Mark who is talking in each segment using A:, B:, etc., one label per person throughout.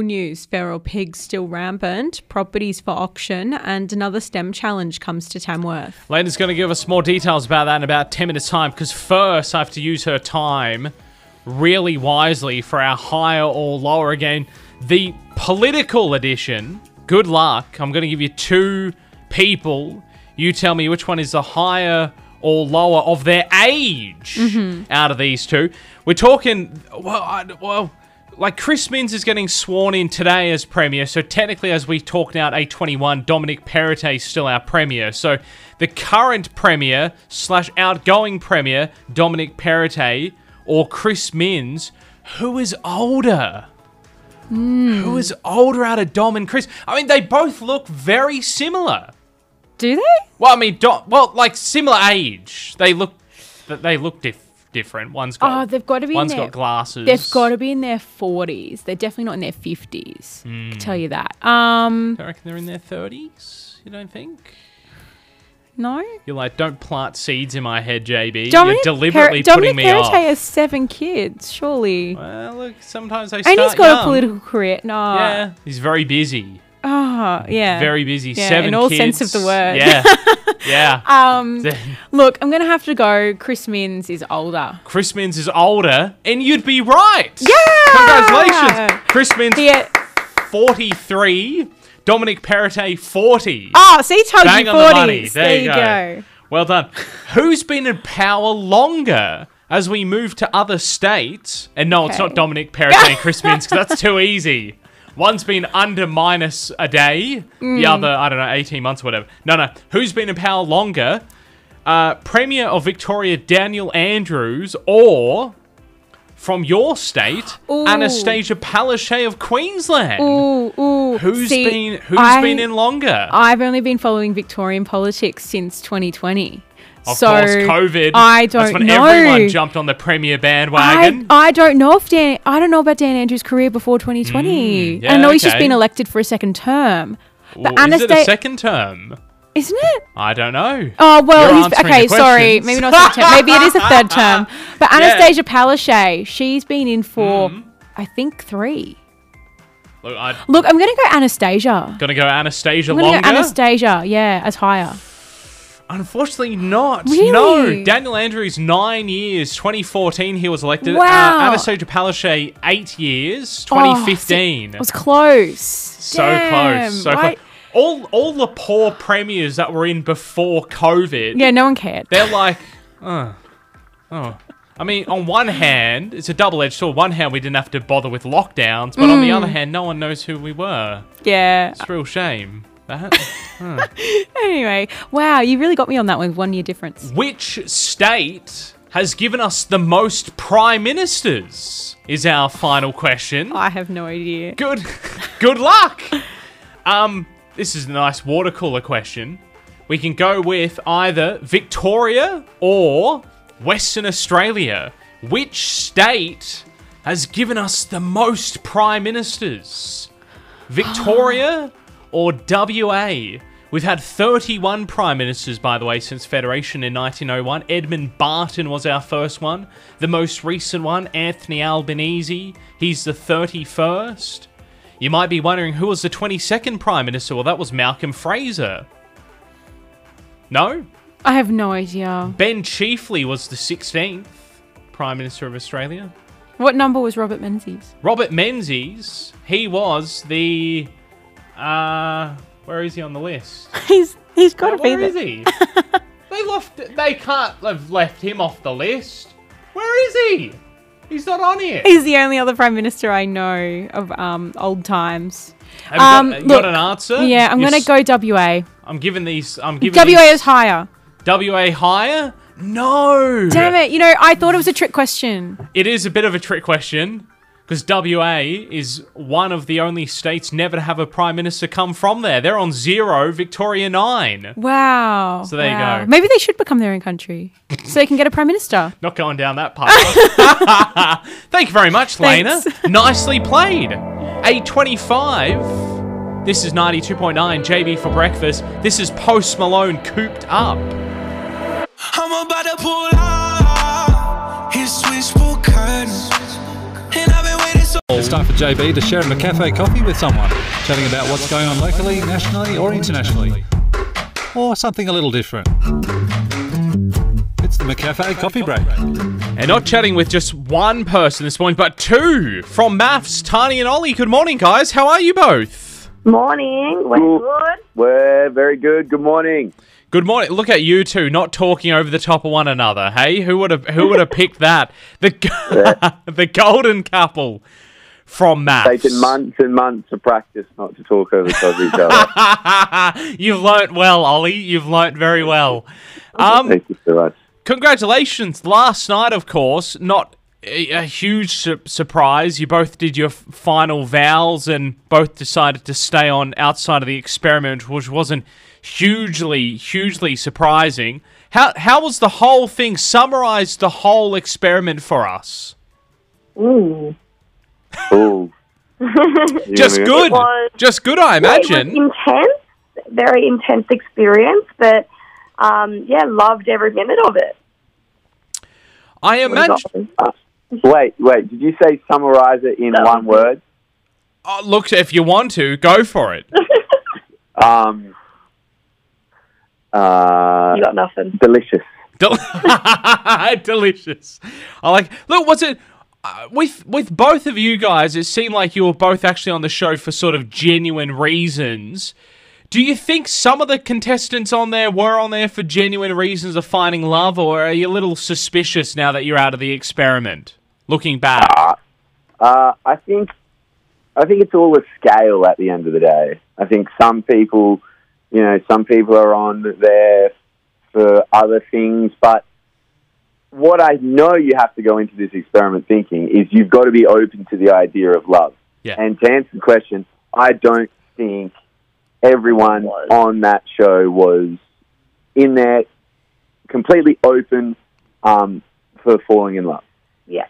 A: News Feral pigs still rampant, properties for auction, and another STEM challenge comes to Tamworth.
B: Lena's going to give us more details about that in about 10 minutes' time because first I have to use her time really wisely for our higher or lower again. The political edition, good luck. I'm going to give you two people. You tell me which one is the higher or lower of their age out of these two. We're talking, well, I, well, like Chris Minns is getting sworn in today as premier, so technically, as we talk now at eight twenty-one, Dominic Perrottet is still our premier. So the current premier slash outgoing premier, Dominic Perrottet or Chris Minns, who is older?
A: Hmm.
B: Who is older out of Dom and Chris? I mean, they both look very similar.
A: Do they?
B: Well, I mean, Dom, well, like similar age. They look, th- they look diff- different. One's got
A: Oh, they've got to be in
B: one's
A: their-
B: got glasses.
A: They've got to be in their 40s. They're definitely not in their 50s.
B: Hmm.
A: I can tell you that. Um,
B: I reckon they're in their thirties. You don't think?
A: no.
B: You're like, don't plant seeds in my head, JB.
A: Dominic
B: You're deliberately
A: Per-
B: putting
A: Dominic
B: me
A: Perrottet
B: off.
A: has seven kids, surely.
B: well, look, sometimes they start
A: and he's got
B: young.
A: a political career. No.
B: Yeah, he's very busy.
A: Oh, yeah.
B: Very busy.
A: Yeah,
B: Seven
A: in all
B: kids.
A: sense of the word.
B: Yeah, yeah.
A: Um,
B: The-
A: look, I'm going to have to go. Chris Minns is older.
B: Chris Minns is older, and you'd be right. Yeah.
A: Yeah.
B: Congratulations, Chris Minns,
A: The,
B: forty-three. Dominic Perrottet, forty.
A: oh, so he told
B: Bang
A: you
B: on the money.
A: 40s.
B: There, you go. Well done. Who's been in power longer as we move to other states? And no, it's
A: Okay.
B: not Dominic Perrottet and Chris Minns because that's too easy. One's been under minus a day,
A: Mm.
B: the other, I don't know, 18 months or whatever. No, no. Who's been in power longer? Uh, Premier of Victoria Daniel Andrews or from your state,
A: Ooh.
B: Anastasia Palaszczuk of Queensland?
A: Ooh, ooh.
B: Who's
A: See,
B: been Who's
A: I-
B: been in longer?
A: I've only been following Victorian politics since 2020.
B: Of
A: so
B: course, COVID.
A: I
B: That's
A: don't
B: when
A: know.
B: everyone jumped on the premier
A: I,
B: bandwagon.
A: I don't know if Dan. I don't know about Dan Andrews' career before 2020.
B: Mm, yeah,
A: I know he's just
B: okay.
A: been elected for a second term. But
B: Ooh, is it a
A: Anastasia,
B: second term?
A: isn't it?
B: I don't know.
A: Oh well,
B: You're
A: he's,
B: answering
A: okay.
B: the
A: Sorry,
B: questions.
A: maybe not second term. Maybe it is a third term. But Anastasia Palaszczuk, she's been in for
B: Mm.
A: I think three.
B: Look, I'm
A: Look, I'm gonna go Anastasia.
B: gonna go Anastasia
A: I'm gonna
B: longer.
A: go Anastasia. Yeah, as higher.
B: Unfortunately, not.
A: Really?
B: No, Daniel Andrews nine years. 2014, he was elected.
A: Wow.
B: Uh, Anastasia Palaszczuk eight years. 2015.
A: It was close.
B: so
A: Oh, Damn,
B: close. So
A: why-
B: close. All all the poor premiers that were in before COVID.
A: Yeah, no one cared.
B: they're like, oh, oh. I mean, on one hand, it's a double-edged sword. One hand, we didn't have to bother with lockdowns, but on the other hand, no one knows who we were.
A: Yeah.
B: It's a real shame. That.
A: Anyway, wow, you really got me on that one. One year difference.
B: Which state has given us the most prime ministers? Is our final question.
A: I have no idea.
B: Good, good luck. Um, this is a nice water cooler question. We can go with either Victoria or Western Australia. Which state has given us the most prime ministers? Victoria or WA? We've had 31 prime ministers, by the way, since Federation in 1901. Edmund Barton was our first one. The most recent one, Anthony Albanese. He's the 31st. You might be wondering who was the 22nd prime minister? Well, that was Malcolm Fraser. No?
A: I have no idea.
B: Ben Chiefley was the 16th prime minister of Australia.
A: What number was Robert Menzies?
B: Robert Menzies, he was the. Uh, where is he on the list?
A: He's he's got
B: Where
A: to
B: is
A: be there.
B: he? they left. They can't have left him off the list. Where is he? He's not on here.
A: He's the only other prime minister I know of um, old times.
B: Have you got-
A: um,
B: you got,
A: look,
B: an answer?
A: Yeah, I'm
B: You're
A: gonna
B: s-
A: go WA.
B: I'm giving these. I'm giving
A: WA
B: these-
A: is higher.
B: WA higher? No.
A: Damn it! You know, I thought it was a trick question.
B: It is a bit of a trick question because WA is one of the only states never to have a prime minister come from there. They're on zero, Victoria nine.
A: Wow. So
B: there you go.
A: Maybe they should become their own country, so they can get a prime minister.
B: Not going down that path. Thank you very much, Lena.
A: Thanks.
B: Nicely played. 825. This is 92.9 JB for breakfast. This is Post Malone cooped up.
C: I'm about to pull out his switchboard curtains, and I've been waiting
D: It's time for JB to share him a cafe coffee with someone, chatting about what's going on locally, nationally, or internationally, or something a little different. It's the McCafe Coffee Break.
B: And not chatting with just one person this morning, but two from Maths, Tani and Ollie. Good morning, guys. How are you both?
E: Morning. We're good.
F: We're very good. Good morning.
B: Good morning. Look at you two not talking over the top of one another. Hey, who would have who would have picked that? The g- the golden couple from Maths.
F: Taken months and months of practice not to talk over top of each other.
B: You've learnt well, Ollie. You've learnt very well. Um,
F: Thank you so much.
B: congratulations last night of course not a, a huge su- surprise you both did your f- final vows and both decided to stay on outside of the experiment which wasn't hugely hugely surprising how how was the whole thing summarize the whole experiment for us
E: Ooh.
F: Ooh.
B: just good
E: was-
B: just good i
E: It
B: imagine
E: was intense, very intense experience, but um, yeah, loved every minute of it.
B: i imagine
F: Wait, wait. Did you say summarize it in
E: No.
F: one word?
B: oh, look if you want to go for it
F: Um, uh,
E: You got nothing.
F: delicious.
B: Del- Delicious. I like. Look, was it uh, with with both of you guys? It seemed like you were both actually on the show for sort of genuine reasons. Do you think some of the contestants on there were on there for genuine reasons of finding love, or are you a little suspicious now that you're out of the experiment? Looking back,
F: Uh, I think I think it's all a scale at the end of the day. I think some people, you know, some people are on there for other things, but what I know you have to go into this experiment thinking is you've got to be open to the idea of love.
B: Yeah.
F: And to answer the question, I don't think everyone
E: Was.
F: on that show was in there completely open um, for falling in love.
E: Yeah.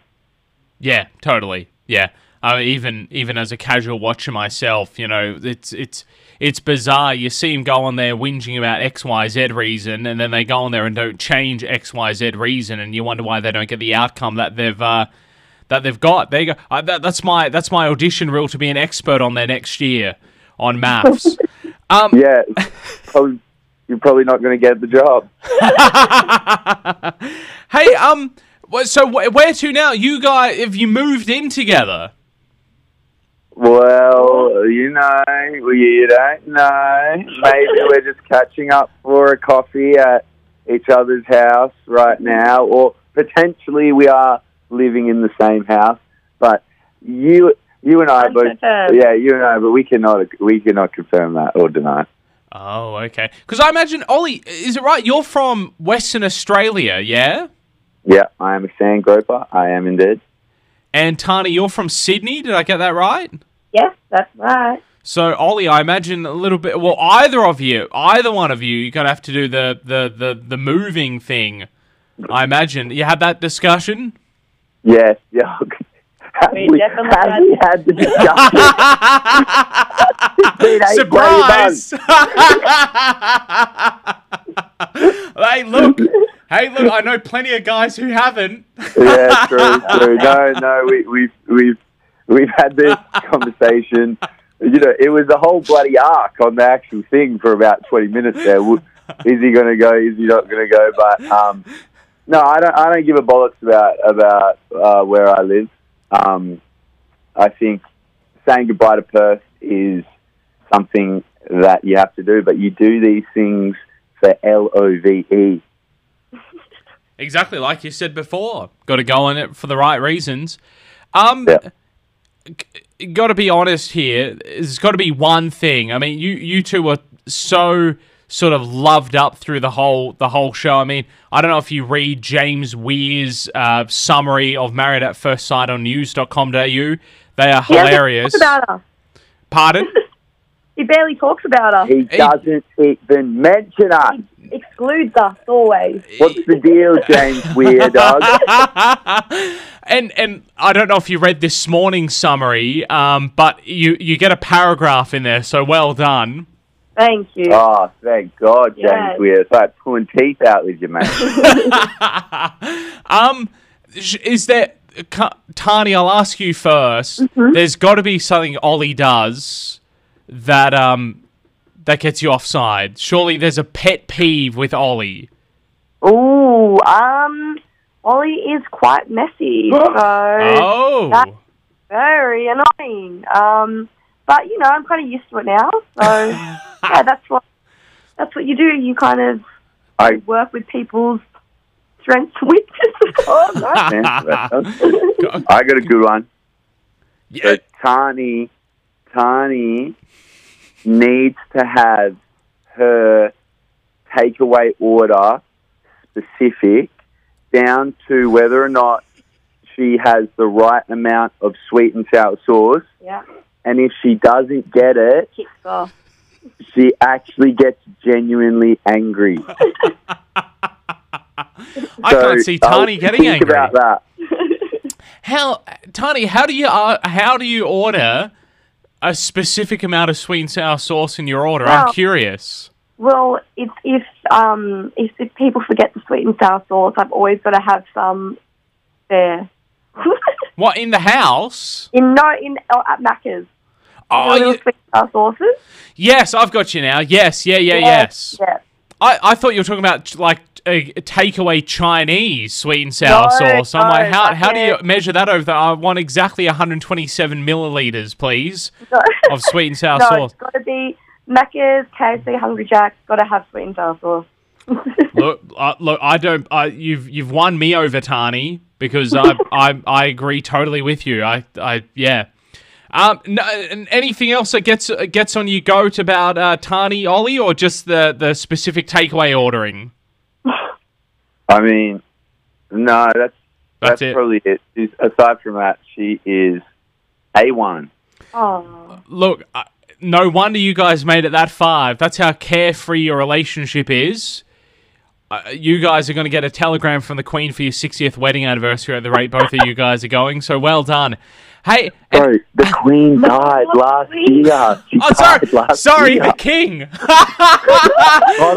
B: yeah, totally, yeah. I mean, even even as a casual watcher myself, you know, it's it's it's bizarre. You see them go on there whinging about X Y Z reason, and then they go on there and don't change X Y Z reason, and you wonder why they don't get the outcome that they've uh, that they've got. There you go. Uh, that, that's my that's my audition rule to be an expert on there next year on maths.
F: Yeah, probably, you're probably not going to get the job.
B: hey, um, wh- so wh- where to now? You guys, have you moved in together?
F: Well, you know, you don't know. Maybe we're just catching up for a coffee at each other's house right now, or potentially we are living in the same house. But you, you and I both,
E: Uncertain.
F: yeah, you and I, but we cannot, we cannot confirm that or deny.
B: Oh, okay. Because I imagine Ollie, is it right? You're from Western Australia, yeah?
F: Yeah, I am a sand groper. I am indeed.
B: And Tani, you're from Sydney. Did I get that right?
E: Yes, that's right.
B: So Ollie, I imagine a little bit. Well, either of you, either one of you, you're gonna have to do the the the, the moving thing. I imagine you had that discussion.
F: Yes, yeah. Have
E: We
F: we,
E: definitely
F: have
E: had-
F: we had the discussion? It's been eight bloody months.
B: Surprise! hey, look. Hey, look. I know plenty of guys who haven't.
F: yeah, true, true. No, no, we, we've we've we've had this conversation. You know, it was a whole bloody arc on the actual thing for about twenty minutes. There, W- is he going to go? Is he not going to go? But um, no, I don't. I don't give a bollocks about about uh, where I live. Um, I think saying goodbye to Perth is something that you have to do, but you do these things for L O V E.
B: Exactly like you said before. Got to go on it for the right reasons. Um,
F: Yeah.
B: got to be honest here. There's got to be one thing. I mean, you you two were so sort of loved up through the whole the whole show. I mean, I don't know if you read James Weir's uh, summary of Married at First Sight on news.com.au. They are
E: He hasn't
B: hilarious.
E: talked about us.
B: Pardon?
E: He barely talks about us.
F: He doesn't even mention us.
E: excludes us always.
F: What's the deal, James Weird Dog?
B: and and I don't know if you read this morning's summary, um, but you you get a paragraph in there. So well done.
E: Thank you.
F: Oh, thank God, James
E: Yes.
F: Weir. It's like pulling teeth out with you, mate.
B: Um, sh- is there Ka- Tani, I'll ask you 1st there There's got to be something Ollie does that um that gets you offside. Surely there's a pet peeve with Ollie.
E: Ooh, um, Ollie is quite messy, so
B: Oh,
E: That- very annoying. Um, but you know, I'm kind of used to it now, so yeah, that's what that's what you do. You kind of
F: I-
E: work with people's strengths, weaknesses. Oh, no.
F: I got a good one.
B: yeah.
F: But Tani, Tani needs to have her takeaway order specific down to whether or not she has the right amount of sweet and sour sauce.
E: yeah,
F: And if she doesn't get it,
E: kicks off.
F: she actually gets genuinely angry.
B: I
F: So,
B: can't see
F: I'll
B: Tani getting
F: think
B: angry.
F: about that.
B: How Tani? How do you uh, how do you order a specific amount of sweet and sour sauce in your order? I'm
E: Well-
B: curious.
E: Well, it's if um if, if people forget the sweet and sour sauce, I've always got to have some there.
B: What in the house?
E: in no in oh, at Macca's,
B: Oh,
E: the little
B: you-
E: sweet and sour sauces.
B: yes, I've got you now. Yes, yeah, yeah, yes.
E: Yeah.
B: I, I thought you were talking about like a takeaway Chinese sweet and sour
E: No,
B: sauce. I'm
E: no,
B: like, how,
E: not
B: how do you
E: yet.
B: measure that over? The, I want exactly 127 milliliters, please,
E: No.
B: of sweet and sour
E: no,
B: sauce.
E: it's got to be Macca's, KFC, Hungry Jack's. Got to have sweet and sour sauce.
B: Look, uh, look, I don't. I you've you've won me over, Tani, because I I I agree totally with you. I I yeah. Um, no, and anything else that gets gets on you goat about uh, Tani Ollie or just the the specific takeaway ordering?
F: I mean, no, that's
B: That's
F: that's,
B: it.
F: probably it. She's, aside from that, she is a one.
E: Oh,
B: look, I- no wonder you guys made it that far. If That's how carefree your relationship is. Uh, you guys are going to get a telegram from the Queen for your 60th wedding anniversary at the rate both of you guys are going. So well done. Hey, and-
F: Bro, the Queen died last year. She
B: oh,
F: died
B: sorry,
F: last
B: sorry,
F: year.
B: the King.
F: Right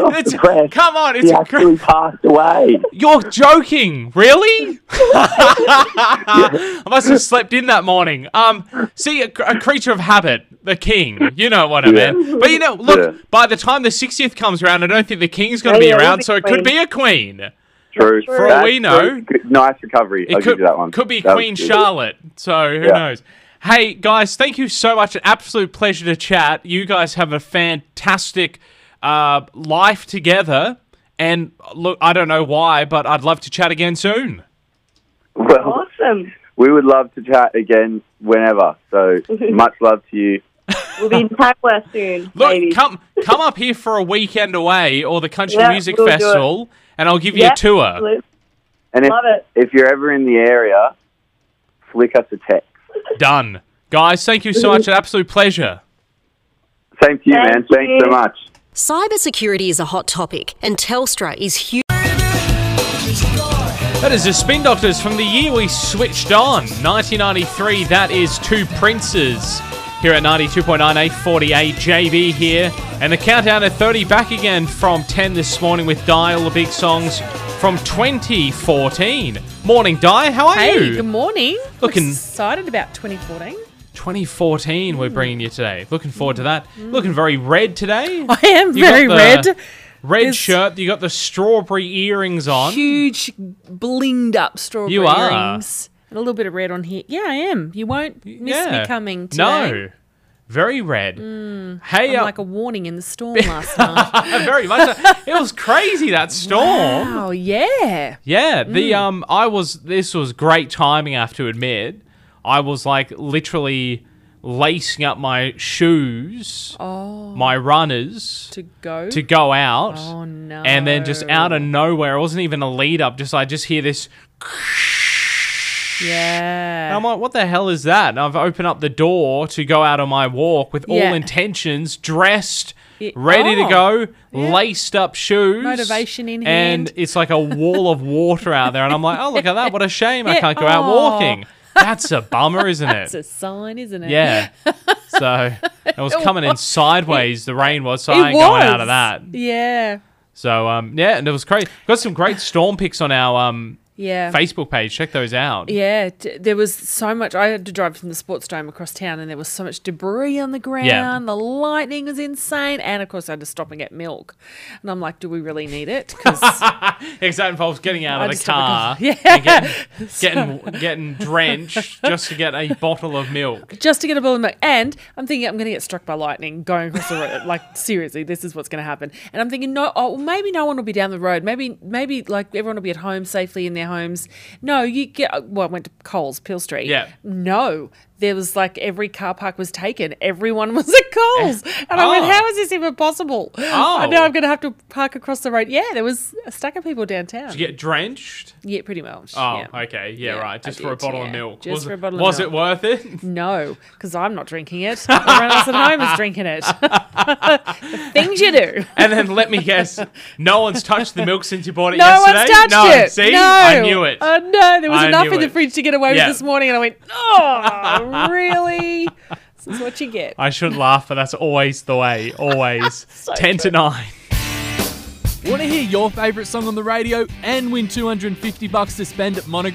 F: off
B: It's-
F: the press.
B: come on, it's
F: She
B: incre-
F: actually passed away.
B: You're joking, really? I must have slept in that morning. Um, see, a, a creature of habit, the king. You know what I
F: Yeah.
B: mean. But you know, look.
F: Yeah. Oh,
B: By the time the sixtieth comes around, I don't think the king's going to
E: Yeah,
B: be
E: yeah, it'll
B: around,
E: be
B: so it
E: queen.
B: could be a queen.
F: True.
E: For
B: all we know-
F: true. Good- nice recovery.
B: It
F: I'll
B: could
F: give you that one.
B: could be
F: That was
B: Queen
F: good.
B: Charlotte. So who
F: Yeah.
B: knows? Hey guys, thank you so much. An absolute pleasure to chat. You guys have a fantastic uh, life together. And look, I don't know why, but I'd love to chat again soon.
F: Well,
E: awesome.
F: we would love to chat again whenever. So much love to you.
E: We'll be in Tamworth soon.
B: Look,
E: maybe.
B: come come up here for a weekend away or the Country
E: Yeah,
B: Music
E: we'll do it.
B: Festival, and I'll give you
E: Yeah,
B: a tour.
E: absolutely.
F: And if,
E: Love it.
F: if you're ever in the area, flick us a text.
B: Done, guys. Thank you so much. An absolute pleasure.
F: Same to you,
E: Thank
F: man. Thanks so
E: you.
F: much.
G: Cybersecurity is a hot topic, and Telstra is huge.
B: That is the Spin Doctors from the year we switched on, 1993. That is Two Princes here at 92.98, 48 JB here. And the countdown at 30 back again from 10 this morning with Dial the Big Songs from 2014. Morning, Di. How are you?
H: Hey, good morning.
B: Looking-
H: excited about 2014.
B: 2014
H: Hmm.
B: we're bringing you today. Looking forward to that. Looking very red today.
H: I am
B: You got
H: very
B: the
H: red.
B: Red
H: It's-
B: shirt. You got the strawberry earrings on.
H: Huge, blinged up strawberry
B: You are.
H: earrings. And a little bit of red on here. Yeah, I am. You won't miss
B: Yeah.
H: me coming today. Hmm.
B: No. Very red. Hey,
H: I'm
B: uh,
H: like a warning in the storm last night.
B: very much. so. It was crazy that storm.
H: Oh, yeah. Hmm.
B: Yeah, the um, I was. This was great timing. I have to admit, I was like literally lacing up my shoes, my runners,
H: Oh. To go.
B: to go out.
H: Oh, no.
B: And then just out of nowhere, it wasn't even a lead up. Just I just hear this.
H: Yeah.
B: And I'm like, what the hell is that? And I've opened up the door to go out on my walk with all
H: Yeah.
B: intentions, dressed,
H: Ye-
B: ready to go,
H: Oh,
B: laced up shoes,
H: Motivation in
B: and
H: hand.
B: it's like a wall of water out there. And I'm like, oh look at that! What a shame I
H: Yeah.
B: can't go out
H: Aw.
B: walking. That's a bummer, isn't
H: It's a
B: it?
H: sign, isn't it?
B: Yeah. So it was
H: It
B: coming in
H: was.
B: sideways. The rain was, so
H: It
B: I ain't going out of
H: was.
B: that.
H: Yeah.
B: So um, yeah, and it was great. Got some great storm picks on our um
H: Yeah.
B: Facebook page. Check those out.
H: Yeah, d- there was so much. I had to drive from the sports dome across town, and there was so much debris on the ground. The lightning was insane, and of course, I had to stop and get milk. And I'm like, do we really need it? Because
B: Because that involves getting out
H: I
B: of the
H: just don't
B: car,
H: recall-
B: and getting, getting getting drenched just to get a bottle of milk.
H: just to get a bottle of milk, and I'm thinking I'm going to get struck by lightning going across the road. Like seriously, this is what's going to happen. And I'm thinking, no, oh, well, maybe no one will be down the road. Maybe maybe like everyone will be at home safely in their homes. No, you get. Well, I went to Coles, Peel Street.
B: Yeah.
H: No, there was like every car park was taken. Everyone was at Coles, and I
B: Oh.
H: went, how is this even possible?
B: Oh.
H: I know I'm going to have to park across the road. Yeah, there was a stack of people downtown.
B: You get drenched.
H: yeah, pretty much.
B: Oh,
H: yeah.
B: okay, yeah,
H: Yeah,
B: right.
H: I
B: Just for a
H: did,
B: bottle of
H: yeah.
B: milk.
H: Just
B: was
H: for a bottle of
B: was
H: milk.
B: it worth it?
H: No, because I'm not drinking it. Everyone else at home is drinking it. the things you do.
B: And then let me guess, no one's touched the milk since you bought it
H: No
B: yesterday.
H: one's touched
B: no,
H: it.
B: see,
H: no,
B: I knew it.
H: Oh no, there was
B: I
H: enough
B: knew
H: in the
B: it.
H: fridge to get away
B: Yeah.
H: with this morning, and I went, "Oh, really? This is what you get."
B: I should laugh, but that's always the way. Always ten to nine.
I: Want to hear your favourite song on the radio and win 250 bucks to spend at Monogram?